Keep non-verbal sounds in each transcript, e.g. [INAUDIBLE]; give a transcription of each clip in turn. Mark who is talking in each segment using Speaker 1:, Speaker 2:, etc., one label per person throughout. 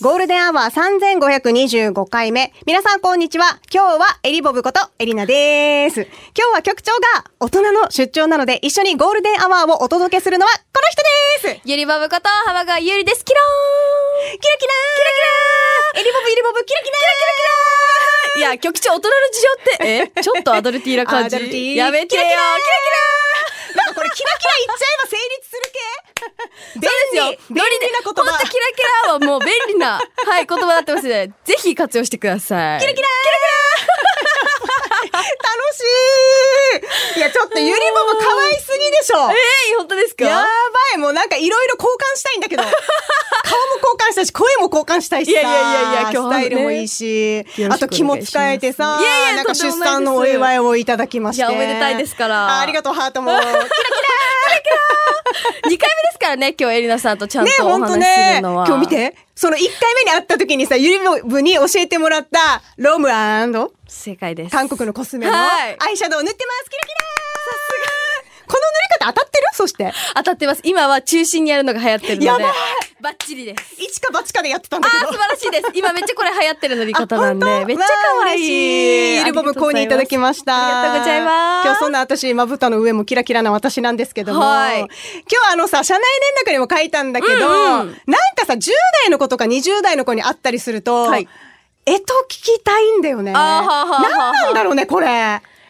Speaker 1: ゴールデンアワー3525回目。皆さんこんにちは。今日はエリボブことエリナです。今日は局長が大人の出張なので一緒にゴールデンアワーをお届けするのはこの人です
Speaker 2: ゆりばぶこと浜川ゆりですキロ
Speaker 1: キラキラキラキラエリボブエリボブキラキラ
Speaker 2: ーンいや局長大人の事情っ
Speaker 1: [LAUGHS]
Speaker 2: てえちょっとアダルティーな感じ
Speaker 1: アダルティー
Speaker 2: やめてよ
Speaker 1: キラキラ
Speaker 2: キラ
Speaker 1: なんかこれキラキラ言っちゃえば成立する系
Speaker 2: そうですよ
Speaker 1: 便利、便利な言
Speaker 2: ほんと
Speaker 1: 葉。
Speaker 2: キラキラはもう便利
Speaker 1: [LAUGHS]
Speaker 2: なはい言葉になってますねぜひ活用してくださいキラキラ
Speaker 1: 楽しいいや、ちょっとユリボブ可愛すぎでしょ
Speaker 2: えー、本当ですか
Speaker 1: やばいもうなんかいろいろ交換したいん
Speaker 2: [LAUGHS]
Speaker 1: だけど顔も交換したし声も交換したいしさ
Speaker 2: いやいやいやいや今日
Speaker 1: ス
Speaker 2: は
Speaker 1: タ
Speaker 2: ね
Speaker 1: イルもいいし
Speaker 2: よろ
Speaker 1: あ
Speaker 2: しく
Speaker 1: と気も使えてさ
Speaker 2: お願いしますいやいや
Speaker 1: なんか
Speaker 2: とんで
Speaker 1: 出
Speaker 2: もないです
Speaker 1: 産のお祝いをいただきまして
Speaker 2: いやおめでたいですから
Speaker 1: あありがとうハー
Speaker 2: [LAUGHS]
Speaker 1: トもキラキラ
Speaker 2: 二回目ですからね今日エリナさんとちゃん
Speaker 1: ね
Speaker 2: とお
Speaker 1: 本当
Speaker 2: 話しす
Speaker 1: ね
Speaker 2: るのは、
Speaker 1: 今日見てその1回目に会った時にさゆり部に教えてもらったロムアンド
Speaker 2: 正解です
Speaker 1: [LAUGHS] 韓国のコスメの
Speaker 2: はい
Speaker 1: アイシャドウを塗ってますキラキラさすがこの塗り方当たってるそして
Speaker 2: 当たってます今は中心にやるのが流行ってるので
Speaker 1: やばい
Speaker 2: バッチリです
Speaker 1: 一か八かでやってたん
Speaker 2: あ
Speaker 1: だけ
Speaker 2: ー
Speaker 1: ど
Speaker 2: 素晴らしいです今めっちゃこれ流行ってる塗り方
Speaker 1: [LAUGHS]
Speaker 2: なん
Speaker 1: あ本
Speaker 2: で
Speaker 1: 当
Speaker 2: めっちゃ可愛い
Speaker 1: わあ嬉しイルボム購入いただきました。
Speaker 2: ありがとうございます
Speaker 1: 今日そんな私、まぶたの上もキラキラな私なんですけども、
Speaker 2: はい
Speaker 1: 今日あのさ、社内連絡にも書いたんだけど、
Speaker 2: うんうん
Speaker 1: なんかさ、10代の子とか20代の子に会ったりすると、
Speaker 2: はい
Speaker 1: えと聞きたいんだよね。
Speaker 2: あーはーはーはーはー
Speaker 1: なんなんだろうね、これ。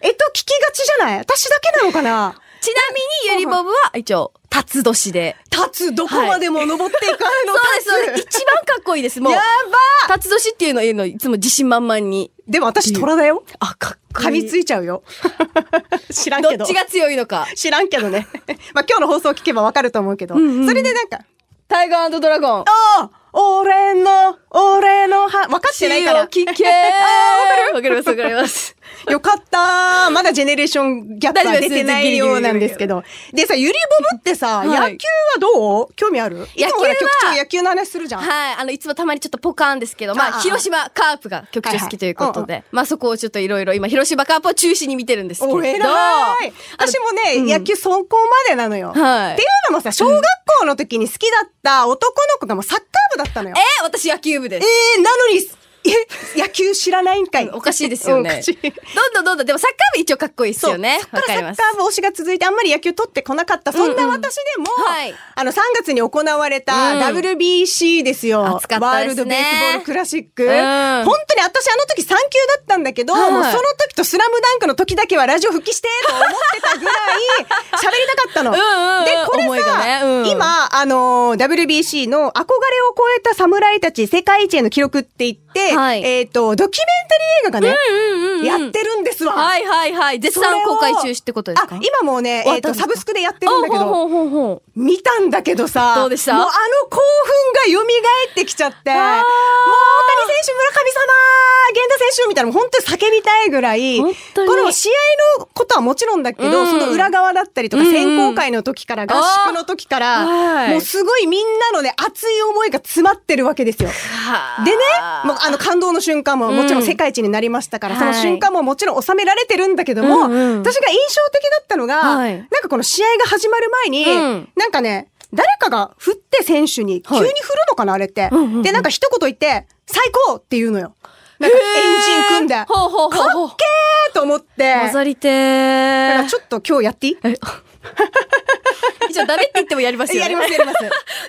Speaker 1: えと聞きがちじゃない私だけなのかな
Speaker 2: ちなみにゆりぼぶは一応辰年で
Speaker 1: 立つ、どこまでも登っていかないの、
Speaker 2: [LAUGHS] そうですそうです
Speaker 1: 立つ
Speaker 2: 一番かっこいいですもう
Speaker 1: やば
Speaker 2: 辰年っていうのを言うのいつも自信満々に
Speaker 1: でも私、虎だよ。
Speaker 2: あかっこ
Speaker 1: 噛
Speaker 2: いい
Speaker 1: みついちゃう
Speaker 2: [LAUGHS]
Speaker 1: よ。知らんけど。
Speaker 2: どっちが強いのか
Speaker 1: 知らんけどね。 [LAUGHS] まあ今日の放送聞けばわかると思うけど、
Speaker 2: んうん
Speaker 1: それでなんか、
Speaker 2: タイガードラゴン
Speaker 1: ああ俺の、俺のは、分かってない
Speaker 2: 血
Speaker 1: か
Speaker 2: を
Speaker 1: ら。
Speaker 2: 聞け
Speaker 1: あー
Speaker 2: わかりますわか
Speaker 1: [LAUGHS]
Speaker 2: ります
Speaker 1: よかったーまだジェネレーションギャップは出てないようなんですけど。でさ、ゆりぼぶってさ、
Speaker 2: はい
Speaker 1: 野球はどう興味あるいつもほら
Speaker 2: 野球
Speaker 1: 局
Speaker 2: は
Speaker 1: 長野球の話するじゃん。
Speaker 2: はい。あの、いつもたまにちょっとポカーンですけど、ま
Speaker 1: ああ
Speaker 2: あ、広島カープが局長好きということ
Speaker 1: はい
Speaker 2: で、まあそこをちょっといろいろ、今、広島カープを中心に見てるんですけど、
Speaker 1: お偉い私もね、
Speaker 2: うん
Speaker 1: 野球尊高までなのよ。
Speaker 2: はい
Speaker 1: っていうのもさ、小学校の時に好きだった男の子がもうサッカー部だったのよ。
Speaker 2: えー私野球部です。
Speaker 1: えー、なのに、え、野球知らないんかい。
Speaker 2: おかしいですよ
Speaker 1: うん
Speaker 2: ね
Speaker 1: [LAUGHS] おかしい。
Speaker 2: どんどんどんどん、でもサッカー部一応かっこいいですよね。
Speaker 1: そ
Speaker 2: わ
Speaker 1: っか
Speaker 2: からり
Speaker 1: サッ
Speaker 2: ま
Speaker 1: カ。ー
Speaker 2: す
Speaker 1: 部推しが続いてあんまり野球取ってこなかった。そんな私でも、
Speaker 2: はい
Speaker 1: あの3月に行われた
Speaker 2: うん
Speaker 1: WBC ですよ。
Speaker 2: 熱かった
Speaker 1: ワー
Speaker 2: で
Speaker 1: ル
Speaker 2: すね
Speaker 1: ドベースボールクラシック。
Speaker 2: うん
Speaker 1: 本当に私あの時3級だったんだけど、
Speaker 2: はい
Speaker 1: もうその時とスラムダンクの時だけはラジオ復帰してと思ってたぐ
Speaker 2: [LAUGHS]
Speaker 1: らい喋りたかったの。
Speaker 2: うんうん
Speaker 1: で、こ
Speaker 2: 思
Speaker 1: れ
Speaker 2: い
Speaker 1: さ、
Speaker 2: がねうん
Speaker 1: 今、あのー WBC の憧れを超えた侍たち世界一への記録って言って、
Speaker 2: はい
Speaker 1: えっ、と、ドキュメンタリー映画がね、やってるんですわ。
Speaker 2: はいはいはい。絶賛公開中ってことですか
Speaker 1: あ、今もうね、
Speaker 2: 終わ
Speaker 1: えっ、
Speaker 2: っ
Speaker 1: と、
Speaker 2: たんです
Speaker 1: サ
Speaker 2: か
Speaker 1: ブスクでやってるんだけ
Speaker 2: ほ
Speaker 1: ど、
Speaker 2: うほうほうほう
Speaker 1: 見たんだけどさ、
Speaker 2: どうでした
Speaker 1: もうあの興奮が蘇ってきちゃって、もう大
Speaker 2: あー
Speaker 1: 谷選手、村上様、源田選手みたいな、本当に叫びたいぐらい、こ
Speaker 2: 本当に
Speaker 1: の試合のことはもちろんだけど、
Speaker 2: うん
Speaker 1: その裏側だったりとか、
Speaker 2: うんうん
Speaker 1: 選考会の時から、合宿の時か
Speaker 2: あーは
Speaker 1: ら、
Speaker 2: い
Speaker 1: もうすごいみんなのね、熱い思いが詰まってるわけですよ。
Speaker 2: はあ
Speaker 1: でね、もうあの感動の瞬間ももちろん世界一になりましたから、
Speaker 2: うん
Speaker 1: その瞬間ももちろん収められてるんだけども、
Speaker 2: うんうん
Speaker 1: 私が印象的だったのが、
Speaker 2: はい
Speaker 1: なんかこの試合が始まる前に、
Speaker 2: うん
Speaker 1: なんかね、誰かが振って選手に、急
Speaker 2: はい
Speaker 1: に振るのかな、あれって、
Speaker 2: うんうんうん
Speaker 1: で、なんか一言言って、最高って言うのよ。なんかエンジン組んで、え
Speaker 2: ほうほうほうほう。
Speaker 1: ーと思って、
Speaker 2: 混ざりて
Speaker 1: だか
Speaker 2: ー
Speaker 1: らちょっと今日やっていい
Speaker 2: 一応ダメって言ってもやりますよね。
Speaker 1: やります、やります。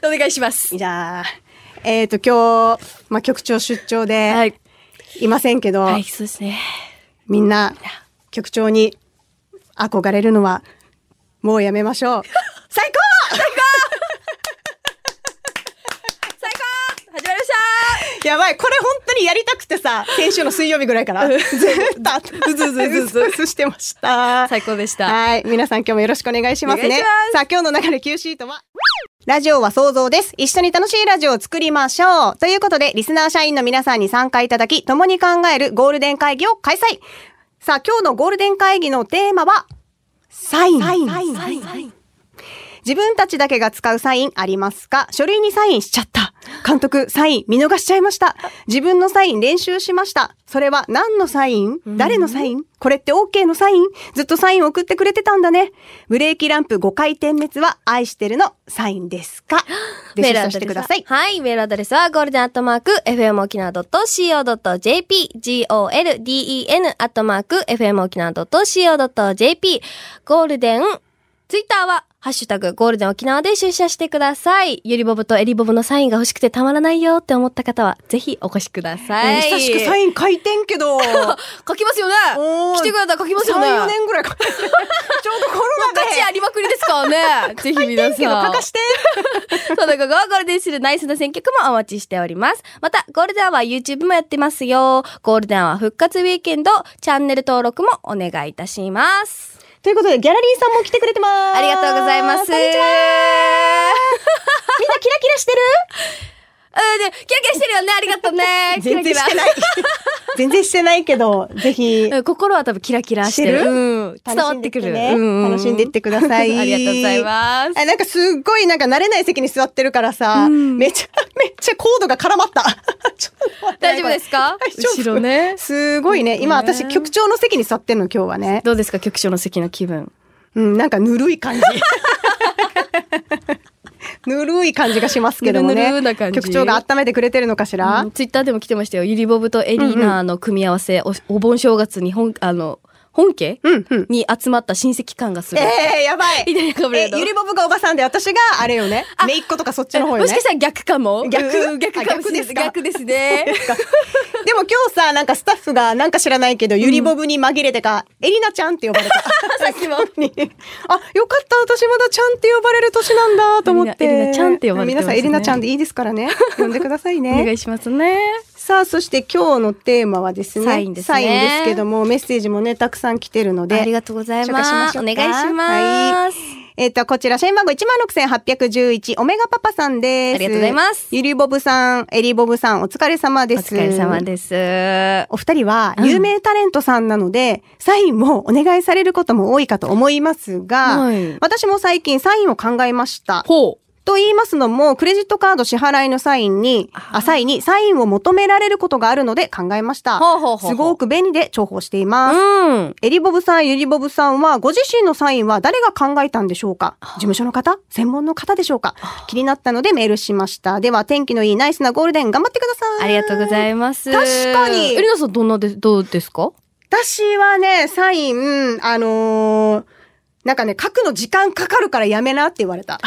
Speaker 2: お願いし [LAUGHS] ます。
Speaker 1: じゃあ、えっ、と今日、まあ、局長出張
Speaker 2: は
Speaker 1: で
Speaker 2: い。
Speaker 1: いませんけど、
Speaker 2: はい、そうですね。
Speaker 1: みんな、局長に憧れるのは、もうやめましょう。最
Speaker 2: 最高始まりまし
Speaker 1: 高 [LAUGHS] やばい、これ本当にやりたくてさ、先週の水曜日ぐらいから、ずーっとあった、うずうずうずうずしてました。
Speaker 2: 最高でした
Speaker 1: はい。皆さん今日もよろしくお願いします
Speaker 2: お願
Speaker 1: ね
Speaker 2: いします。
Speaker 1: さあ、今日の流れ Q シートは、ラジオは想像です。一緒に楽しいラジオを作りましょう。ということで、リスナー社員の皆さんに参加いただき、共に考えるゴールデン会議を開催。さあ、今日のゴールデン会議のテーマは、サイン。自分たちだけが使うサインありますか書類にサインしちゃった。監督、サイン見逃しちゃいました。自分のサイン練習しました。それは何のサイン誰のサインこれって OK のサインずっとサインを送ってくれてたんだね。ブレーキランプ5回点滅は愛してるのサインです
Speaker 2: [LAUGHS]
Speaker 1: かで、出社してください。
Speaker 2: はい、メールアドレスはゴールデンアットマーク、fmokina.co.jp、golden アットマーク、fmokina.co.jp、ゴールデン、ツイッターは、ハッシュタグ、ゴールデン沖縄で出社してください。ゆりぼぶとえりぼぶのサインが欲しくてたまらないよって思った方は、ぜひお越しください。
Speaker 1: 久しくサ
Speaker 2: ン。
Speaker 1: イン書いてんけど。
Speaker 2: [LAUGHS]
Speaker 3: 書きますよね
Speaker 1: おー
Speaker 3: 来てくれたら書きますよね
Speaker 1: 3、4年ぐ
Speaker 2: [LAUGHS]
Speaker 1: らい書いてるちょうどコロ
Speaker 3: 価
Speaker 1: ナで。
Speaker 3: 値ありまくりですからね。ぜひ皆
Speaker 1: [LAUGHS] けど
Speaker 3: さん。
Speaker 1: 書かして。
Speaker 2: [LAUGHS] その午後はゴールデンするナイスな選曲もお待ちしております。また、ゴールデンは YouTube もやってますよ。ゴールデンは復活ウィーケンド、チャンネル登録もお願いいたします。
Speaker 1: ということで、ギャラリーさんも来てくれてます。
Speaker 2: ありがとうございます。
Speaker 1: こん
Speaker 2: [LAUGHS]
Speaker 1: にちは。みんなキラキラしてる
Speaker 2: うん、で、キラキラしてるよね。ありがとうね。
Speaker 1: [LAUGHS] 全然
Speaker 2: キラ
Speaker 1: して
Speaker 2: [LAUGHS] キラ。
Speaker 1: ない。全然してないけど、ぜひ、
Speaker 2: うん心は多分キラキラしてる。
Speaker 1: してる
Speaker 2: うん、伝わってくる。うん
Speaker 1: 楽しんでってください。
Speaker 2: [LAUGHS] ありがとうございます。
Speaker 1: あなんかすっごいなんか慣れない席に座ってるからさ、めちゃ [LAUGHS] めちゃコードが絡まった。 [LAUGHS] ちょっと待って
Speaker 2: 大丈夫ですか
Speaker 1: 大丈夫
Speaker 2: 後ろね。
Speaker 1: すごいね。今私局長の席に座ってんの今日はね。
Speaker 2: どうですか局長の席の気分。
Speaker 1: うん、なんかぬるい感
Speaker 2: [LAUGHS]
Speaker 1: じ。ぬるい感じがしますけどもね。
Speaker 2: ぬるぬるな感じ
Speaker 1: 局長が温めてくれてるのかしら、
Speaker 2: ツイッターでも来てましたよ。ゆりぼぶとエリーナの組み合わせ、おお盆正月に本、あの、本家、
Speaker 1: うんうん
Speaker 2: に集まった親戚感がする。
Speaker 1: ええやばい。
Speaker 2: イタリアカブレード
Speaker 1: えゆりぼぶがおばさんで、私があれよね。めいっ子とかそっちの方よね。
Speaker 2: もしかしたら逆かも。
Speaker 1: 逆
Speaker 2: うん逆かもしれない
Speaker 1: あ逆ですか
Speaker 2: 逆ですね。
Speaker 1: でも今日さ、なんかスタッフが、なんか知らないけど、ゆりぼぶに紛れてか、エリナちゃんって呼ばれ
Speaker 2: [LAUGHS]
Speaker 1: た。さっきも。あ、よかった、私まだちゃんって呼ばれる年なんだと思って。
Speaker 2: エリナエリナちゃんって呼ばれてます
Speaker 1: 皆
Speaker 2: ね
Speaker 1: さん、エリナちゃんでいいですから
Speaker 2: [LAUGHS]
Speaker 1: ね。呼んでください
Speaker 2: お願
Speaker 1: ね。
Speaker 2: いしますね。
Speaker 1: さあ、そして今日のテーマはですね。
Speaker 2: サインですね
Speaker 1: サインですけども、メッセージもね、たくさん来てるので。
Speaker 2: ありがとうございます。
Speaker 1: 紹
Speaker 2: お
Speaker 1: 介
Speaker 2: 願
Speaker 1: しましょうか
Speaker 2: いします。
Speaker 1: えっ、と、こちら、社員番号16,811、オメガパパさんです。
Speaker 2: ありがとうございます
Speaker 1: ゆりぼぶさん、エリボブさん、お疲れ様で
Speaker 2: お
Speaker 1: す。
Speaker 2: 疲れ様です。
Speaker 1: お二人は有名タレントさんなので、サインもお願いされることも多いかと思いますが、
Speaker 2: はい
Speaker 1: 私も最近サインを考えました。
Speaker 2: ほう。
Speaker 1: と言いますのも、クレジットカード支払いのサインに、あ際にサインを求められることがあるので考えました。
Speaker 2: ほうほうほう
Speaker 1: すごく便利で重宝しています。
Speaker 2: うん。
Speaker 1: エリボブさん、ユリボブさんは、ご自身のサインは誰が考えたんでしょうか事務所の方専門の方でしょうか気になったのでメールしました。では、天気のいいナイスなゴールデン頑張ってください。
Speaker 2: ありがとうございます。
Speaker 1: 確かに
Speaker 2: エリナさん、どんなで、どうですか
Speaker 1: 私はね、サイン、あのーなんかね、書くの時間かかるからやめなって言われた。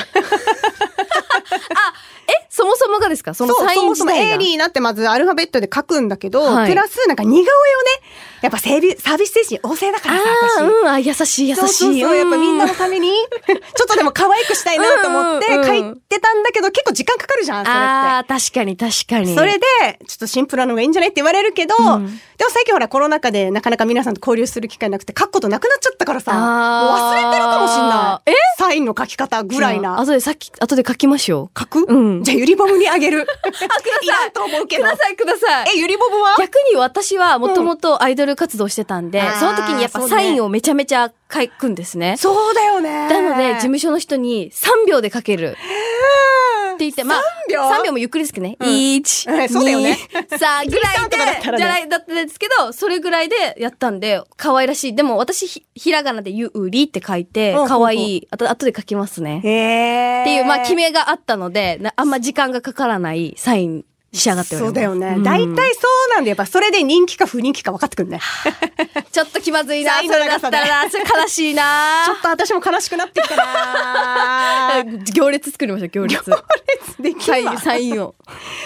Speaker 2: え、そもそもがですかその
Speaker 1: そう
Speaker 2: サイン
Speaker 1: そもそ
Speaker 2: 自
Speaker 1: も
Speaker 2: 体が。
Speaker 1: エイリーになってまずアルファベットで書くんだけど、
Speaker 2: はい
Speaker 1: プラスなんか似顔絵をね、やっぱ整備サービス精神旺盛だからさ、
Speaker 2: あ
Speaker 1: 私
Speaker 2: あ、。うん、あ、優しい、優しい。
Speaker 1: そうそうそう、やっぱみんなのために、ちょっとでも可愛くしたいなと思って
Speaker 2: うんうんうん
Speaker 1: 書いてたんだけど、結構時間かかるじゃん、それって
Speaker 2: あ。あー、確かに、確かに。
Speaker 1: それで、ちょっとシンプルなのがいいんじゃないって言われるけど、でも最近ほらコロナ禍でなかなか皆さんと交流する機会なくて書くことなくなっちゃったからさ、もう
Speaker 2: あー
Speaker 1: 忘れてるかもしんない。サインの書き方ぐらいな
Speaker 2: あ、。そうです。さっき、後で書きましょう。
Speaker 1: 書く、
Speaker 2: うん
Speaker 1: じゃあゆりぼむにあげ
Speaker 2: [LAUGHS]
Speaker 1: る。いらんと思うけど。
Speaker 2: い、くださ
Speaker 1: え、ゆりぼむは
Speaker 2: 逆に私はもともとアイドル活動してたんで、
Speaker 1: うんあー
Speaker 2: その時にやっぱ
Speaker 1: そうね
Speaker 2: サインをめちゃめちゃ書くんですね。
Speaker 1: そうだよね。
Speaker 2: なので、事務所の人に3秒で書ける。って言って、まあ、
Speaker 1: 3秒
Speaker 2: 3秒もゆっくりですけどね。1、
Speaker 1: [LAUGHS] うんそうだよね
Speaker 2: 2、3
Speaker 1: [LAUGHS]
Speaker 2: ぐらいで
Speaker 1: とかだった、らね
Speaker 2: じゃない、だったんですけど、それぐらいでやったんで、可愛らしい。でも私、ひひらがなでゆうりって書いて
Speaker 1: うん、
Speaker 2: 可愛い。あと、後で書きますね。
Speaker 1: へー
Speaker 2: っていう、まあ、決めがあったので、なあんま時間がかからないサイン仕上がっておりま
Speaker 1: そ
Speaker 2: す。
Speaker 1: うだよね。
Speaker 2: ん
Speaker 1: 大体そうなんで、やっぱそれで人気か不人気か分かってくるね。
Speaker 2: ちょっと気まずいな、
Speaker 1: サ
Speaker 2: そ
Speaker 1: イ
Speaker 2: れ
Speaker 1: ンの
Speaker 2: だ
Speaker 1: 長さ
Speaker 2: った
Speaker 1: で
Speaker 2: ら、それ悲しいな
Speaker 1: ちょっと私も悲しくなってきた
Speaker 2: [LAUGHS]
Speaker 1: な
Speaker 2: 行列作りましょう、行列。
Speaker 1: でき
Speaker 2: [LAUGHS] サ
Speaker 1: る
Speaker 2: イン、
Speaker 1: わ。
Speaker 2: サインを。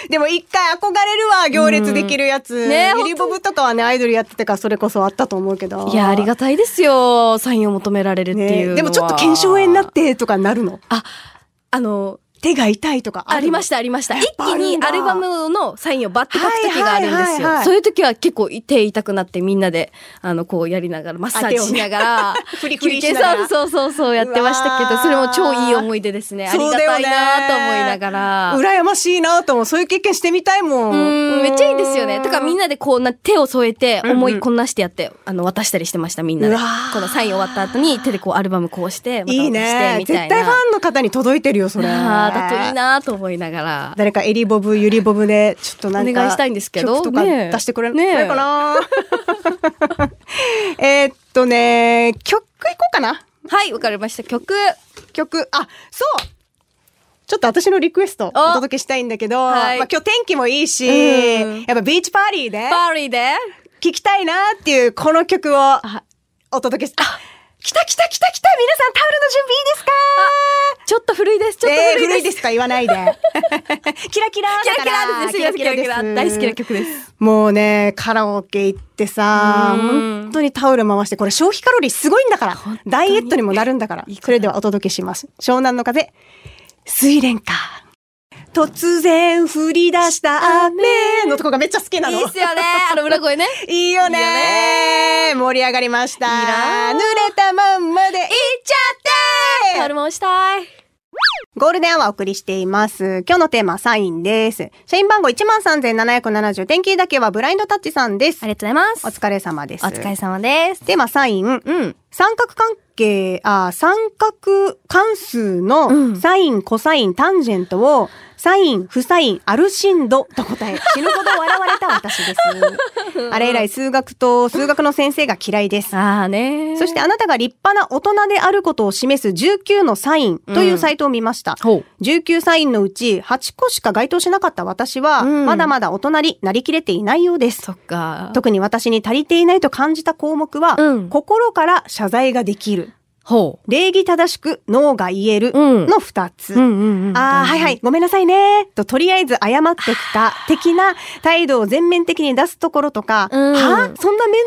Speaker 1: でも一回憧れるわ、行列できるやつ。
Speaker 2: んね
Speaker 1: ゆりぼぶとかはね、アイドルやってたからそれこそあったと思うけど。
Speaker 2: い [LAUGHS] や、ありがたいですよ。サインを求められるっていうのは、
Speaker 1: ねでもちょっと腱鞘炎になってとかなるの。
Speaker 2: あの、
Speaker 1: 手が痛いとか
Speaker 2: ありま
Speaker 1: し
Speaker 2: した、ありました。一
Speaker 1: ぱあ
Speaker 2: 気
Speaker 1: る
Speaker 2: に
Speaker 1: んだ
Speaker 2: アルバムのサインをバッて書く時があるん
Speaker 1: はい
Speaker 2: で
Speaker 1: はいはい
Speaker 2: す
Speaker 1: はい
Speaker 2: よ。そういう時は結構手痛くなってみんなで、あの、こうやりながら、マッサージしながら、
Speaker 1: フリフリしながら
Speaker 2: そうそうそうそうやってましたけ
Speaker 1: うわ
Speaker 2: ど、
Speaker 1: ー
Speaker 2: それも超いい思い出ですね。あり
Speaker 1: そう
Speaker 2: が
Speaker 1: だよ
Speaker 2: たい
Speaker 1: ね
Speaker 2: なと思いながら。
Speaker 1: 羨ましいなと思う。そういう経験してみたいもん。
Speaker 2: うん、めっちゃいいですよね。とかみん
Speaker 1: な、
Speaker 2: なでこうな、手を添えて、
Speaker 1: んうん
Speaker 2: 思いこんなしてやって、あの、渡したりしてました、みんなで
Speaker 1: うわー。
Speaker 2: このサイン終わった後に手でこうアルバムこうして、また渡
Speaker 1: いい
Speaker 2: して
Speaker 1: ね。
Speaker 2: み
Speaker 1: 絶
Speaker 2: たいな。
Speaker 1: 対ファンの方に届いてるよ、それ。
Speaker 2: あーだといい。なと思いながら。
Speaker 1: 誰かエリボブ、ユリボブで、ちょっとなんか、
Speaker 2: お願いしたいんですけど
Speaker 1: 曲とか
Speaker 2: ねえ
Speaker 1: 出してくれ
Speaker 2: ねえ
Speaker 1: ないかな [LAUGHS] えーっとね、曲いこうかな。
Speaker 2: はい、わかりました。曲。
Speaker 1: 曲、あ、そうちょっと私のリクエストお
Speaker 2: お
Speaker 1: 届けしたいんだけど、
Speaker 2: はい
Speaker 1: まあ今日天気もいいし、
Speaker 2: うん
Speaker 1: やっぱビーチパーリーで
Speaker 2: パーリーで。
Speaker 1: 聴きたいなっていうこの曲を
Speaker 2: あ
Speaker 1: お届けし、あ、来た来た来た来た皆さんタオルの準備いいですか
Speaker 2: ちょっと古いです。ちょっと
Speaker 1: えー
Speaker 2: 古いです。
Speaker 1: とか言わ
Speaker 2: [LAUGHS]
Speaker 1: ないで。キラキラ
Speaker 2: キラ
Speaker 1: だ
Speaker 2: キ
Speaker 1: から
Speaker 2: ラです。キラキラです。大好きな曲です。
Speaker 1: もうね、カラオケ行ってさ、
Speaker 2: うん
Speaker 1: 本当にタオル回して、これ消費カロリーすごいんだから、ダイエットにもなるんだから、それではお届けします。湘南の風、水蓮か。突然降り出した雨のとこがめっちゃ好きなの。
Speaker 2: いいっすよね。あの裏声ね。いっ
Speaker 1: いいよね盛り上がりました。
Speaker 2: いい
Speaker 1: 濡
Speaker 2: な
Speaker 1: れたまんまで行っ
Speaker 2: ちゃって。
Speaker 1: て
Speaker 2: タオル回したい。
Speaker 1: ゴールデンアワーお送りしています。今日のテーマはサインです。社員番号13,770。天気だけはブラインドタッチさんです。
Speaker 2: ありがとうございま
Speaker 1: お
Speaker 2: す。
Speaker 1: 疲れ様です。
Speaker 2: お疲れ様です。
Speaker 1: テーマサイン。うん。三角関係、あ、三角関数のサイン、コサイン、タンジェントを、サイン、不サイン、アルシンドと答え、 [LAUGHS] 死ぬほど笑われた私です。 [LAUGHS] あれ以来数学と数学の先生が嫌いです。
Speaker 2: ああね
Speaker 1: そしてあなたが立派な大人であることを示す19のサインというサイトを見ました。
Speaker 2: ほう。
Speaker 1: 19サインのうち8個しか該当しなかった私は、
Speaker 2: うん
Speaker 1: まだまだ大人になりきれていないようです
Speaker 2: そ。っか。
Speaker 1: 特に私に足りていないと感じた項目は、
Speaker 2: うん
Speaker 1: 心から謝罪ができる、
Speaker 2: ほ
Speaker 1: 礼儀正しく脳が言える
Speaker 2: うん
Speaker 1: の2つ。
Speaker 2: う。うんうんうん。
Speaker 1: ああ、はいはい、ごめんなさいね、ととりあえず謝ってきた、的な態度を全面的に出すところとか、
Speaker 2: うん
Speaker 1: はそんな面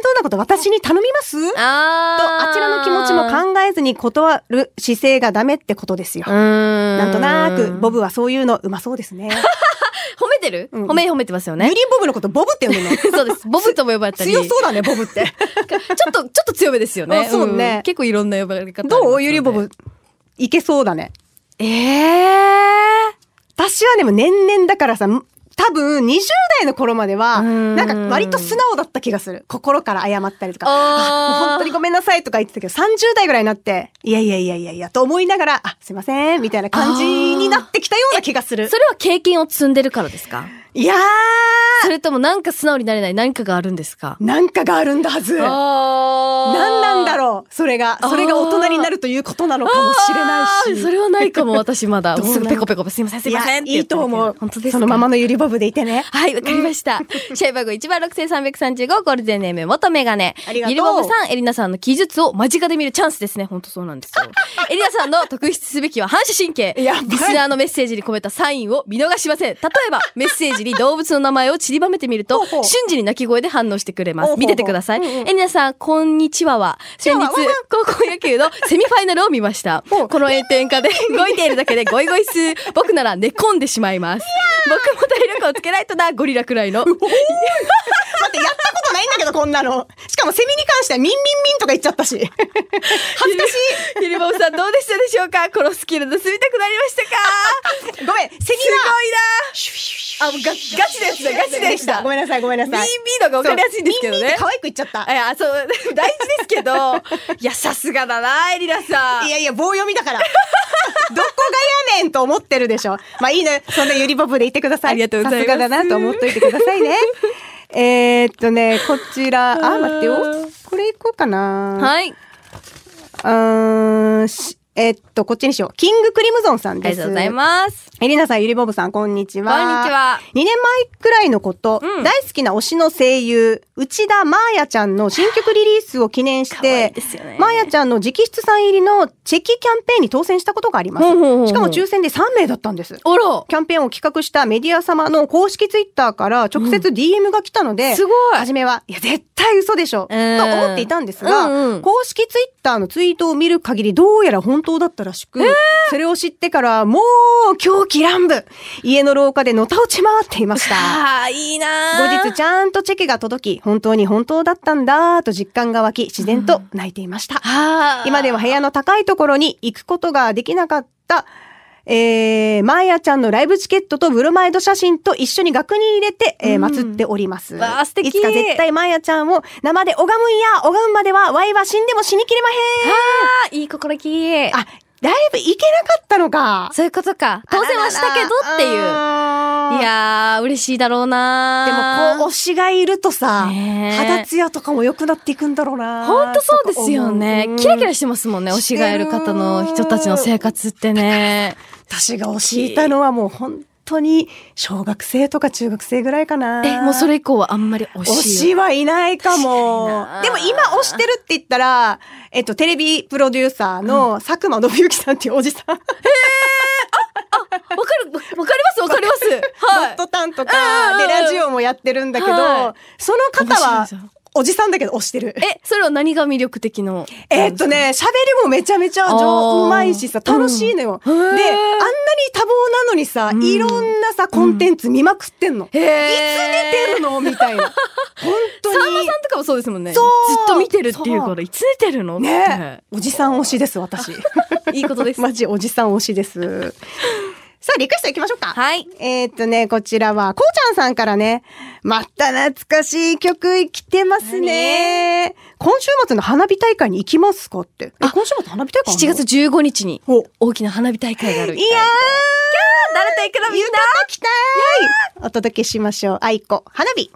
Speaker 1: 倒なこと私に頼みます
Speaker 2: あ
Speaker 1: と、
Speaker 2: あ。
Speaker 1: あちらの気持ちも考えずに断る姿勢がダメってことですよ。
Speaker 2: うーん。
Speaker 1: なんとなく、ボブ
Speaker 2: ブ。
Speaker 1: はそういうのうまそうです
Speaker 2: [LAUGHS]
Speaker 1: ね。
Speaker 2: 褒めてる
Speaker 1: うん
Speaker 2: 褒め褒めてますよ
Speaker 1: ユリ
Speaker 2: ね
Speaker 1: ン。ボブのことボブって呼ぶの。
Speaker 2: そうです。ボブとも呼ばれたり。
Speaker 1: [LAUGHS] 強そうだね、ボブって。
Speaker 2: [LAUGHS] ちょっと、ちょっと強めですよね
Speaker 1: あ。そうね
Speaker 2: ん結構いろんな呼ばれ方ありますよね。
Speaker 1: どうユリボブ、いけそうだね。
Speaker 2: ええ
Speaker 1: 私はでも年々だからさ、多分20代の頃までは、
Speaker 2: うん
Speaker 1: なんか割と素直だった気がする。心から謝ったりとか、
Speaker 2: あー
Speaker 1: あもう本当にごめんなさいとか言ってたけど、30代ぐらいになって、いやいやいやいやいや、と思いながら、あ、すいません、みたいな感じになってきたような気がする。
Speaker 2: それは経験を積んでるからですか
Speaker 1: いやー、
Speaker 2: [LAUGHS] それともなんか素直になれない何かがあるんですか
Speaker 1: なんかがあるんだはず。何
Speaker 2: あ
Speaker 1: なんだ
Speaker 2: う
Speaker 1: ろうそれが、それが大人になるということなのかもしれないし。
Speaker 2: それはないかも、
Speaker 1: [LAUGHS]
Speaker 2: 私まだ。
Speaker 1: どうな
Speaker 2: す
Speaker 1: の
Speaker 2: ぐペコペコ、すいません、すいませんって
Speaker 1: いや
Speaker 2: 言
Speaker 1: い
Speaker 2: っ
Speaker 1: い
Speaker 2: てる
Speaker 1: と
Speaker 2: けど
Speaker 1: 思う。
Speaker 2: 本当です
Speaker 1: そ
Speaker 2: か
Speaker 1: のままのゆりボブでいてね。
Speaker 2: はい、わかり
Speaker 1: [LAUGHS]
Speaker 2: ました。シャイバーグ1番6335ゴールデンネーム元メガネ。
Speaker 1: ありがとう
Speaker 2: ゆりぼぶさん、エリナさんの記述を間近で見るチャンスですね。ほんとそうなんです
Speaker 1: [LAUGHS]
Speaker 2: よ。エリナさんの特筆すべきは反射神経。
Speaker 1: やばい
Speaker 2: リスナーのメッセージに込めたサインを見逃しません。例えば、メッセージに動物の名前を散りばめてみる
Speaker 1: ほ
Speaker 2: と
Speaker 1: うほう、
Speaker 2: 瞬時に鳴き声で反応してくれま
Speaker 1: ほう
Speaker 2: す。
Speaker 1: ほうほう
Speaker 2: 見ててください。
Speaker 1: うん
Speaker 2: エリナさん、こんにちはは。先
Speaker 1: ワン
Speaker 2: 日
Speaker 1: ワン、
Speaker 2: 高校野球のセミファイナルを見ました。
Speaker 1: ほう
Speaker 2: この炎天下で動いているだけでゴイゴイスー。僕なら寝込んでしまいます。僕も体力をつけないとな、ゴリラくらいの。
Speaker 1: 待って、やったことないんだけど、こんなの。しかもセミに関しては、ミンミンミンとか言っちゃ
Speaker 2: [LAUGHS]
Speaker 1: ったし。恥ずかし
Speaker 2: ゆりぼうさんどうでしたでしょうかこのスキル盗みたくなりましたか
Speaker 1: い。ごめん、セミ
Speaker 2: すごいなあ、もうガガチのやつだ、
Speaker 1: は
Speaker 2: ガチでした。
Speaker 1: ごめんなさい、ごめんな
Speaker 2: BB
Speaker 1: さい。
Speaker 2: のが分かりやすいんですけど
Speaker 1: ミンミンっ
Speaker 2: ね
Speaker 1: て。可愛く言っちゃった。
Speaker 2: いや、そう、大事ですけど。いや、さすがだな、エリナさん。
Speaker 1: いやいや、棒読みだから。ど [LAUGHS] こがやねんと思ってるでしょ。まあいいね。そんなゆりぼぶでいてください。
Speaker 2: ありがとうございます
Speaker 1: さすがだなと思っといてください
Speaker 2: [LAUGHS]
Speaker 1: ね。えーっとね、こちら、あ、待ってよ。これいこうかな。はい
Speaker 2: はい。
Speaker 1: うーんし、えっと、こっちにしよう。キングクリムゾンさん
Speaker 2: あり
Speaker 1: です。
Speaker 2: がとうございます。
Speaker 1: エリナさん、ゆりぼぶさん、こんにちは。
Speaker 2: こんにちは
Speaker 1: 2年前くらいのこと、
Speaker 2: うん
Speaker 1: 大好きな推しの声優、内田まーやちゃんの新曲リリースを記念し
Speaker 2: 可愛い
Speaker 1: て
Speaker 2: で、すよね
Speaker 1: まーやちゃんの直筆さん入りのチェキキャンペーンに当選したことがあります。
Speaker 2: ほうほうほうほう
Speaker 1: しかも抽選で3名だったんです。
Speaker 2: おろ
Speaker 1: キャンペーンを企画したメディア様の公式ツイッターから直接 DM が来たので、
Speaker 2: すごい
Speaker 1: 初めは、いや、絶対嘘でしょ、
Speaker 2: うん
Speaker 1: と思っていたんですが、
Speaker 2: うんうん
Speaker 1: 公式ツイッターのツイートを見る限り、どうやら本頭だったらしく、それを知ってからもう狂気乱舞家の廊下でのた落ち回っていました。
Speaker 2: あー、いいな
Speaker 1: 後
Speaker 2: ー
Speaker 1: 日ちゃんとチェキが届き、本当に本当だったんだと実感が湧き、自然と泣いていました。
Speaker 2: あー
Speaker 1: 今では部屋の高いところに行くことができなかった、えー、マーヤちゃんのライブチケットとブロマイド写真と一緒に額に入れて、えー、祀っております。
Speaker 2: わあ素敵
Speaker 1: いつか絶対マーヤちゃんを生で拝むんや、拝むまではワイは死んでも死にきれま
Speaker 2: あーいい心意気
Speaker 1: へん。あ、ライブ行けなかったのか。
Speaker 2: そういうことか。当選はしたけどっていう。
Speaker 1: い
Speaker 2: い
Speaker 1: や、
Speaker 2: やー、嬉しいだろうな
Speaker 1: で
Speaker 2: ー
Speaker 1: もこう推しがいるとさ、
Speaker 2: ねえ
Speaker 1: 肌ツヤとかも良くなっていくんだろうな。
Speaker 2: ほんとそうですよね
Speaker 1: とか思う。
Speaker 2: キラキラしてますもんね、推しがいる方の人たちの生活ってね。
Speaker 1: 私が教えたのはもう本当に小学生とか中学生ぐらいかな。
Speaker 2: え、もうそれ以降はあんまり推
Speaker 1: 推
Speaker 2: し
Speaker 1: しはいないかも。
Speaker 2: な
Speaker 1: でも今推してるって言ったら、えっと、テレビプロデューサーの佐久間信之さんっていうおじ
Speaker 2: [LAUGHS]
Speaker 1: さん、
Speaker 2: わかる、わかります、わかり
Speaker 1: [LAUGHS]
Speaker 2: ます。は
Speaker 1: ドッ
Speaker 2: い。
Speaker 1: トタンと
Speaker 2: うん
Speaker 1: か、
Speaker 2: うんう
Speaker 1: で、
Speaker 2: ん
Speaker 1: ラジオもやってるんだけど、
Speaker 2: は
Speaker 1: その方
Speaker 2: 面
Speaker 1: は
Speaker 2: 白いぞ、
Speaker 1: おじさんだけど推してる。
Speaker 2: え、それは何が魅力的の
Speaker 1: えーっとね、喋りもめちゃめちゃ上
Speaker 2: あー
Speaker 1: うまいしさ、楽しいのよ。
Speaker 2: うんへ
Speaker 1: で、あ
Speaker 2: ー
Speaker 1: んなに多忙なのにさ、
Speaker 2: ん
Speaker 1: いろんなさ、コンテンツ見まくってんの。い
Speaker 2: へ
Speaker 1: つ出てるのみたいな。本当
Speaker 2: さんま
Speaker 1: に
Speaker 2: さ。んとかもそうですもんね。
Speaker 1: そう
Speaker 2: ずっと見てるっていうから、いつ出てるのって
Speaker 1: ねおじさん推しです、
Speaker 2: [LAUGHS]
Speaker 1: 私。
Speaker 2: いいことです。
Speaker 1: マジおじさん推しです。さあ、リクエストいきましょうか。
Speaker 2: はい。
Speaker 1: えーっとね、こちらは、こうちゃんさんからね、また懐かしい曲来てますね。今週末の花火大会に行きますかって。え今週末花火大会あんの
Speaker 2: 7月15日に
Speaker 1: お
Speaker 2: 大きな花火大会がある。
Speaker 1: いやー
Speaker 2: 誰と行くのみんな
Speaker 1: 来たーいお届けしましょう。あいこ、花火。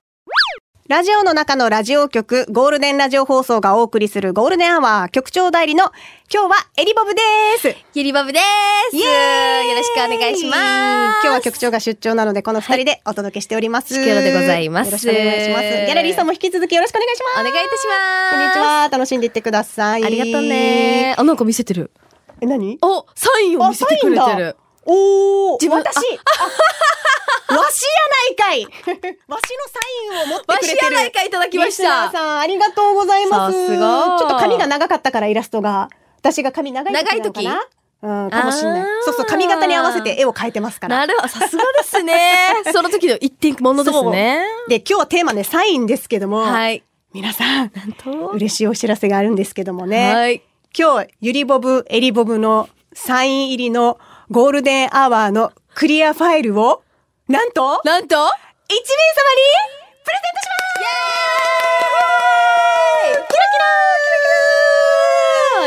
Speaker 1: ラジオの中のラジオ局、ゴールデンラジオ放送がお送りするゴールデンアワー局長代理の今日はエリボブです。
Speaker 2: ゆりばぶです
Speaker 1: イエーイ
Speaker 2: よろしくお願いします
Speaker 1: 今日は局長が出張なので、この二人でお届けしております。
Speaker 2: 力でございます
Speaker 1: よろしくお願いします。ギャラリーさんも引き続きよろしくお願いします。
Speaker 2: お願いいたします
Speaker 1: こんにちは。楽しんでいってください。
Speaker 2: ありがとう。ねあ、なんか見せてる。
Speaker 1: え、何
Speaker 2: お、サインを見せてくれ
Speaker 1: あ
Speaker 2: て
Speaker 1: サイン
Speaker 2: る
Speaker 1: だ。おー、
Speaker 2: 自分
Speaker 1: 私わしやないかいわしのサインを持って
Speaker 2: わ
Speaker 1: くれ
Speaker 2: して
Speaker 1: る
Speaker 2: やないかいただきまし
Speaker 1: リスナー
Speaker 2: た。
Speaker 1: さん、ありがとうございます。
Speaker 2: さす
Speaker 1: ち
Speaker 2: が
Speaker 1: ょっと髪が長かったから、イラストが。私が髪長い時なのか
Speaker 2: 長い
Speaker 1: なうん、かもしれない
Speaker 2: あー。
Speaker 1: そうそう、髪型に合わせて絵を変えてますから。
Speaker 2: なるほど。さすがですね。 [LAUGHS] その時の一点ものですね。
Speaker 1: で、今日はテーマね、サインですけども、
Speaker 2: はい。
Speaker 1: 皆
Speaker 2: [LAUGHS]
Speaker 1: さん、
Speaker 2: と
Speaker 1: 嬉しいお知らせがあるんですけどもね、
Speaker 2: はい。
Speaker 1: 今日、ゆりぼぶ、えりぼぶのサイン入りのゴールデンアワーのクリアファイルを、なんと、
Speaker 2: なんと、
Speaker 1: 1名様にプレゼントしますイエーイキラキラ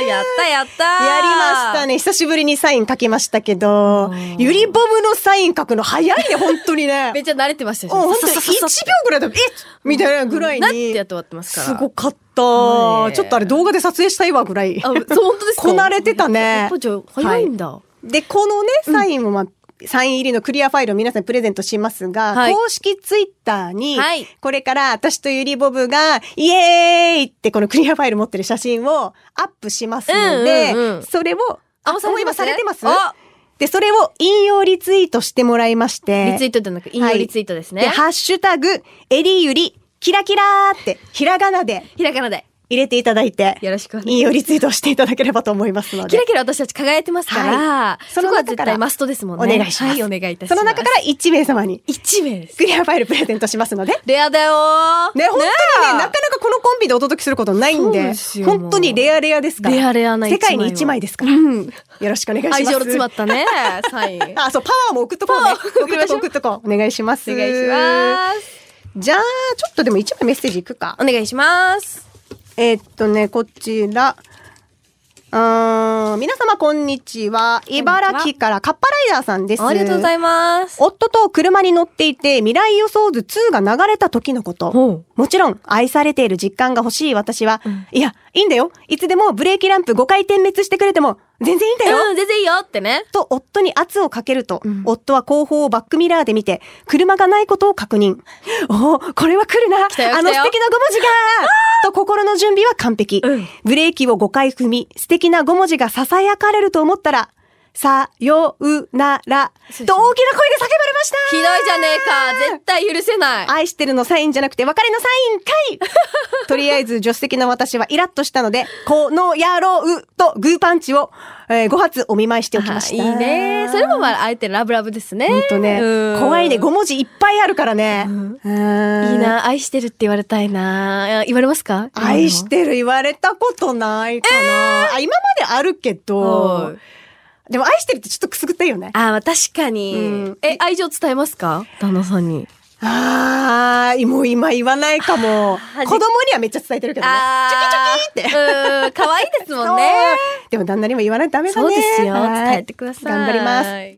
Speaker 1: ー
Speaker 2: やったやった
Speaker 1: やりました
Speaker 2: ね。
Speaker 1: ね。久しぶりにサイン書きましたけど、ゆりボブのサイン書くの早いね、本当に
Speaker 2: [LAUGHS]
Speaker 1: ね。
Speaker 2: めっちゃ慣れてました
Speaker 1: うん、本当に
Speaker 2: さささささ
Speaker 1: 1秒ぐらいだ。えっみたいなぐらい
Speaker 2: なって
Speaker 1: に
Speaker 2: やっ。て終わってますから。
Speaker 1: すごかった。ちょ
Speaker 2: はい
Speaker 1: っとあれ動画で撮影したいわぐらい。
Speaker 2: あ、そう、本当ですか
Speaker 1: こなれてたね
Speaker 2: やっぱじゃあ早いんだ。
Speaker 1: で、このね、サインもまあ、サイン入りのクリアファイルを皆さんにプレゼントしますが、
Speaker 2: はい
Speaker 1: 公式ツイッターに、
Speaker 2: はい
Speaker 1: これから私とゆりぼぶが、イエーイってこのクリアファイル持ってる写真をアップしますので、
Speaker 2: うんうんうん
Speaker 1: それを、
Speaker 2: あもう
Speaker 1: もう今されてます
Speaker 2: あ
Speaker 1: で、それを引用リツイートしてもらいまして、
Speaker 2: リツイートじゃなく、引用リツイートですね。
Speaker 1: で、ハッシュタグ、エリユリ、キラキラーって、ひらがなで
Speaker 2: ひらがなで。
Speaker 1: 入れていただいて、
Speaker 2: よろしくお願いします
Speaker 1: 引用リツイートしていただければと思いますので。
Speaker 2: キラキラ私たち輝いてますから、
Speaker 1: はい
Speaker 2: そ
Speaker 1: その
Speaker 2: こは
Speaker 1: 中
Speaker 2: 絶
Speaker 1: から
Speaker 2: 対マストですもんね。
Speaker 1: お願いします
Speaker 2: はい、お願いいたし
Speaker 1: そ
Speaker 2: ます。
Speaker 1: の中から1名様に、
Speaker 2: 1名です。
Speaker 1: クリアファイルプレゼントしますの
Speaker 2: [LAUGHS]
Speaker 1: で。
Speaker 2: レアだよー
Speaker 1: ね、本当にね、な
Speaker 2: え
Speaker 1: かなかこのコンビでお届けすることないん
Speaker 2: そう
Speaker 1: で、
Speaker 2: ですよ
Speaker 1: 本当にレアレアですから。
Speaker 2: レアレアな一枚
Speaker 1: 世
Speaker 2: を
Speaker 1: 界に1枚ですから。よろしくお願いします。
Speaker 2: 愛情の詰まったね、サイン。お願い
Speaker 1: あ、そう、パワーも送っとこうね。送っとこう、送っとこう。お願いします。
Speaker 2: します。
Speaker 1: じゃあ、ちょっとでも1枚メッセージいくか
Speaker 2: お。願いします。
Speaker 1: えーっとね、こちら。うーん、皆様こんにちは。茨城からカッパライダーさんです。
Speaker 2: ありがとうございます。
Speaker 1: 夫と車に乗っていて未来予想図2が流れた時のこと
Speaker 2: ほ。
Speaker 1: もちろん愛されている実感が欲しい私は、いや、いいんだよ。いつでもブレーキランプ5回点滅してくれても全然いいんだよ。
Speaker 2: うん、全然いいよってね。
Speaker 1: と夫に圧をかけると、夫は後方をバックミラーで見て、車がないことを確認。おお、これは来るな
Speaker 2: たよ
Speaker 1: あの
Speaker 2: 来た
Speaker 1: 素
Speaker 2: よ
Speaker 1: 敵な5文字がと心の準備は完璧。
Speaker 2: うん
Speaker 1: ブレーキを5回踏み、素敵な5文字が囁かれると思ったら、さようならと大きな声で叫ばれました
Speaker 2: ひどいじゃねえか絶対許せない
Speaker 1: 愛してるのサインじゃなくて別れのサインか
Speaker 2: [LAUGHS]
Speaker 1: いとりあえず助手席の私はイラッとしたので、この野郎うとグーパンチを、え5発お見舞いしておきました。
Speaker 2: いいねそれもまああえてラブラブですね
Speaker 1: ほんとね
Speaker 2: う、ん
Speaker 1: 怖いね、5文字いっぱいあるからね。うん
Speaker 2: いい。な愛してるって言われたいな言われますか
Speaker 1: 愛してる言われたことないかな。あ今まであるけ
Speaker 2: お
Speaker 1: ど
Speaker 2: う、
Speaker 1: でも愛してるってちょっとくすぐったいよね。
Speaker 2: あーまあ確かに、
Speaker 1: うん
Speaker 2: え愛情伝えますか旦那さんに
Speaker 1: ああ、もう今言わないか
Speaker 2: [LAUGHS]
Speaker 1: も。
Speaker 2: ー
Speaker 1: 子供にはめっちゃ伝えてるけどね。チョキチョキって。
Speaker 2: うん可愛いですもんね
Speaker 1: そう。でも旦那にも言わないとダメだね。
Speaker 2: そうですよ
Speaker 1: はい
Speaker 2: 伝えてください
Speaker 1: 頑張ります
Speaker 2: はい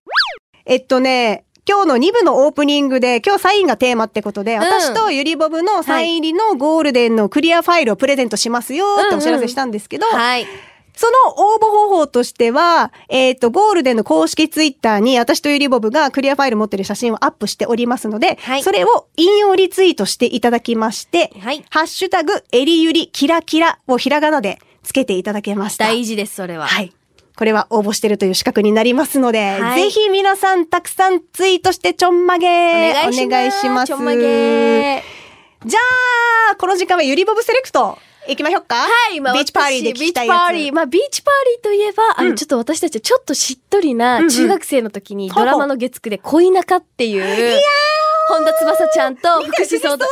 Speaker 1: えっとね、今日の2部のオープニングで、今日サインがテーマってことで、
Speaker 2: ん
Speaker 1: 私とゆりぼぶのサイン入りのゴールデンのクリアファイルをプレゼントしますよってお知らせしたんですけど、
Speaker 2: はい
Speaker 1: その応募方法としては、えっ、と、ゴールデンの公式ツイッターに私とゆりぼぶがクリアファイル持ってる写真をアップしておりますので、
Speaker 2: はい
Speaker 1: それを引用リツイートしていただきまして、
Speaker 2: はい
Speaker 1: ハッシュタグ、えりゆりキラキラをひらがなでつけていただけました。
Speaker 2: 大事ですそれは
Speaker 1: はい。これは応募してるという資格になりますので、
Speaker 2: はい
Speaker 1: ぜひ皆さんたくさんツイートしてちょんまげ
Speaker 2: お
Speaker 1: お
Speaker 2: 願いします
Speaker 1: 願いします。
Speaker 2: ちょんまげ
Speaker 1: じゃあ、この時間はゆりボブセレクト、行きましょうか
Speaker 2: はい、まあ
Speaker 1: ビーチパーリーで聞
Speaker 2: 私ビ
Speaker 1: き
Speaker 2: ー
Speaker 1: たい
Speaker 2: チ
Speaker 1: や
Speaker 2: パ
Speaker 1: つ。
Speaker 2: ーリー。まあ、ビーチパーリーといえば、あの、ちょっと私たちはちょっとしっとり
Speaker 1: んう
Speaker 2: なん中学生の時に
Speaker 1: ほうほう
Speaker 2: ドラマの月9で恋仲っていう、本田翼ちゃんと福士蒼太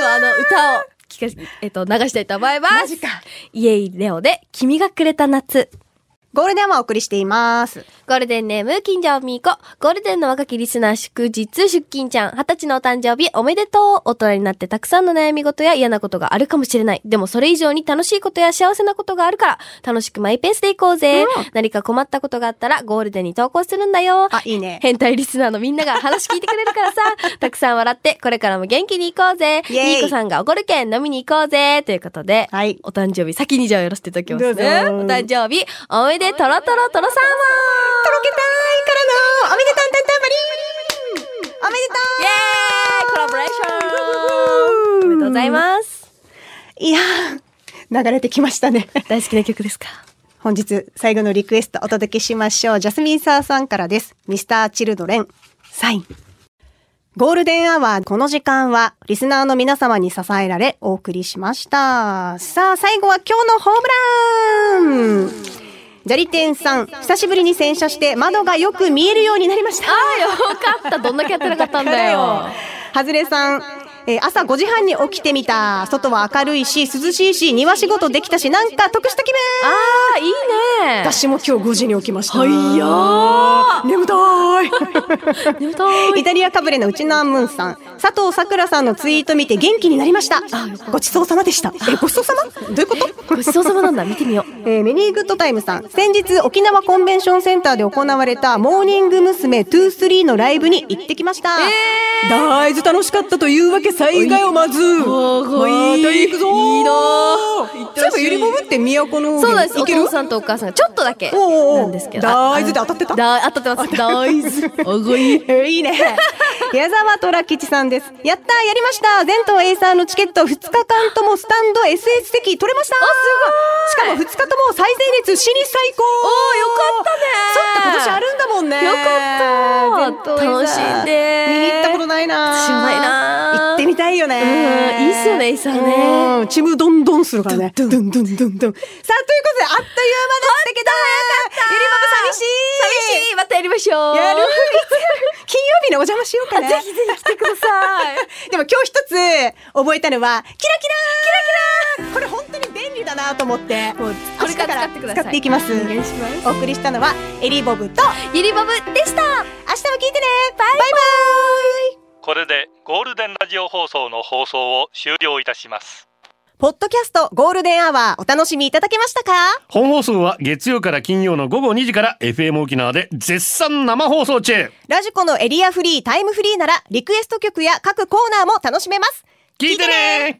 Speaker 2: のあの歌を聞かし、えっと、流したいと思います。
Speaker 1: マジか。
Speaker 2: イエイレオで、君がくれた夏。
Speaker 1: [LAUGHS] ゴールデンはお送りしています。
Speaker 2: ゴールデンネーム、金城みーこ。ゴールデンの若きリスナー祝日、出勤ちゃん。二十歳のお誕生日、おめでとう。大人になってたくさんの悩み事や嫌なことがあるかもしれない。でもそれ以上に楽しいことや幸せなことがあるから、楽しくマイペースで行こうぜ。何か困ったことがあったら、ゴールデンに投稿するんだよ。
Speaker 1: あ、いいね。
Speaker 2: 変態リスナーのみんなが話聞いてくれ
Speaker 1: [LAUGHS]
Speaker 2: るからさ、たくさん笑って、これからも元気に行こうぜ。
Speaker 1: イエイ
Speaker 2: みーこさんがおごるけん飲みに行こうぜ。ということで、
Speaker 1: はい
Speaker 2: お誕生日、先にじゃあやらせていただきますね。
Speaker 1: どうぞ
Speaker 2: お誕生日、おめでとろとろとろさ
Speaker 1: と
Speaker 2: ん
Speaker 1: ろけたいからの、おめでたんたんたんばりーおめでと
Speaker 2: イエーイコラボレーションおめでとうございます。
Speaker 1: ういやー、流れてきましたね。
Speaker 2: 大好きな曲ですか
Speaker 1: 本日最後のリクエストお届けしましょう。ジャスミンサーさんからです。ミスターチルドレン、サイン。ゴールデンアワー、この時間は、リスナーの皆様に支えられ、お送りしました。さあ、最後は今日のホームランジャリテンさん、久しぶりに洗車して、窓がよく見えるようになりました。
Speaker 2: あよかった。どんだけやってなかったんだよ。
Speaker 1: ハズレさん、えー朝5時半に起きてみた。外は明るいし、涼しいし、庭仕事できたし、なんか得した気分
Speaker 2: ああ、いいね。
Speaker 1: 私も今日5時に起きました。
Speaker 2: はいやー
Speaker 1: 眠たい。
Speaker 2: 眠たい
Speaker 1: [LAUGHS] イタリアかぶれのうちなーむんさん、佐藤さくらさんのツイート見て元気になりました。ごちそうさまでした。 [LAUGHS] え、ごちそうさまどういうこと
Speaker 2: ごちそうさまなんだ。見てみよう。
Speaker 1: えーメリーグッドタイムさん、先日沖縄コンベンションセンターで行われたモーニング娘。23のライブに行ってきました。大豆楽しかったというわけ災害をまず。おー、いい。行くぞいいなそういえばゆりぼぶって都の海
Speaker 2: そうなんです。
Speaker 1: 行
Speaker 2: お
Speaker 1: ける
Speaker 2: 父さんとお母さんがちょっとだけ
Speaker 1: おうおうおう
Speaker 2: なんですけど。あ
Speaker 1: 大豆で当たってた
Speaker 2: だ当たってます。大豆。おごい。
Speaker 1: えーいい
Speaker 2: [LAUGHS]
Speaker 1: ね。矢沢虎吉さんです。やったーやりました全島エイサーのチケット2日間ともスタンド SS 席取れましたすごいしかも2日とも最前列死に最高
Speaker 2: おーよかった
Speaker 1: そっか今年
Speaker 2: ね
Speaker 1: あるんだもんね
Speaker 2: よかっ
Speaker 1: 全
Speaker 2: た
Speaker 1: 島エイサー
Speaker 2: 楽しんで
Speaker 1: 見に行ったことないな
Speaker 2: 私もないなー
Speaker 1: 行ってみたいよね
Speaker 2: うんいいっすよねエイサーね
Speaker 1: うんちむどんどんするからねドゥンドゥンドゥンドゥンさあということであっという間でしたけどゆりばぶ寂しい
Speaker 2: 寂しい。またやりましょう。
Speaker 1: やる金曜日にお邪魔しようかね。ぜひぜひ来てください。でも今日一つ覚えたのは、キラキラーキラキラーこれ本当に便利だなと思って、
Speaker 2: もう [LAUGHS] これから使ってください。
Speaker 1: 使っていきます
Speaker 2: お願いします。
Speaker 1: お送りしたのは、エリボブと、明日も
Speaker 2: ゆりばぶでした。
Speaker 1: 聞いてねバイバイ
Speaker 4: これでゴールデンラジオ放送の放送を終了いたします
Speaker 1: ポッドキャストゴールデンアワーお楽しみいただけましたか
Speaker 5: 本放送は月曜から金曜の午後2時から FM 沖縄で絶賛生放送中
Speaker 1: ラジコのエリアフリー、タイムフリーなら、リクエスト曲や各コーナーも楽しめます。
Speaker 5: 聞いてね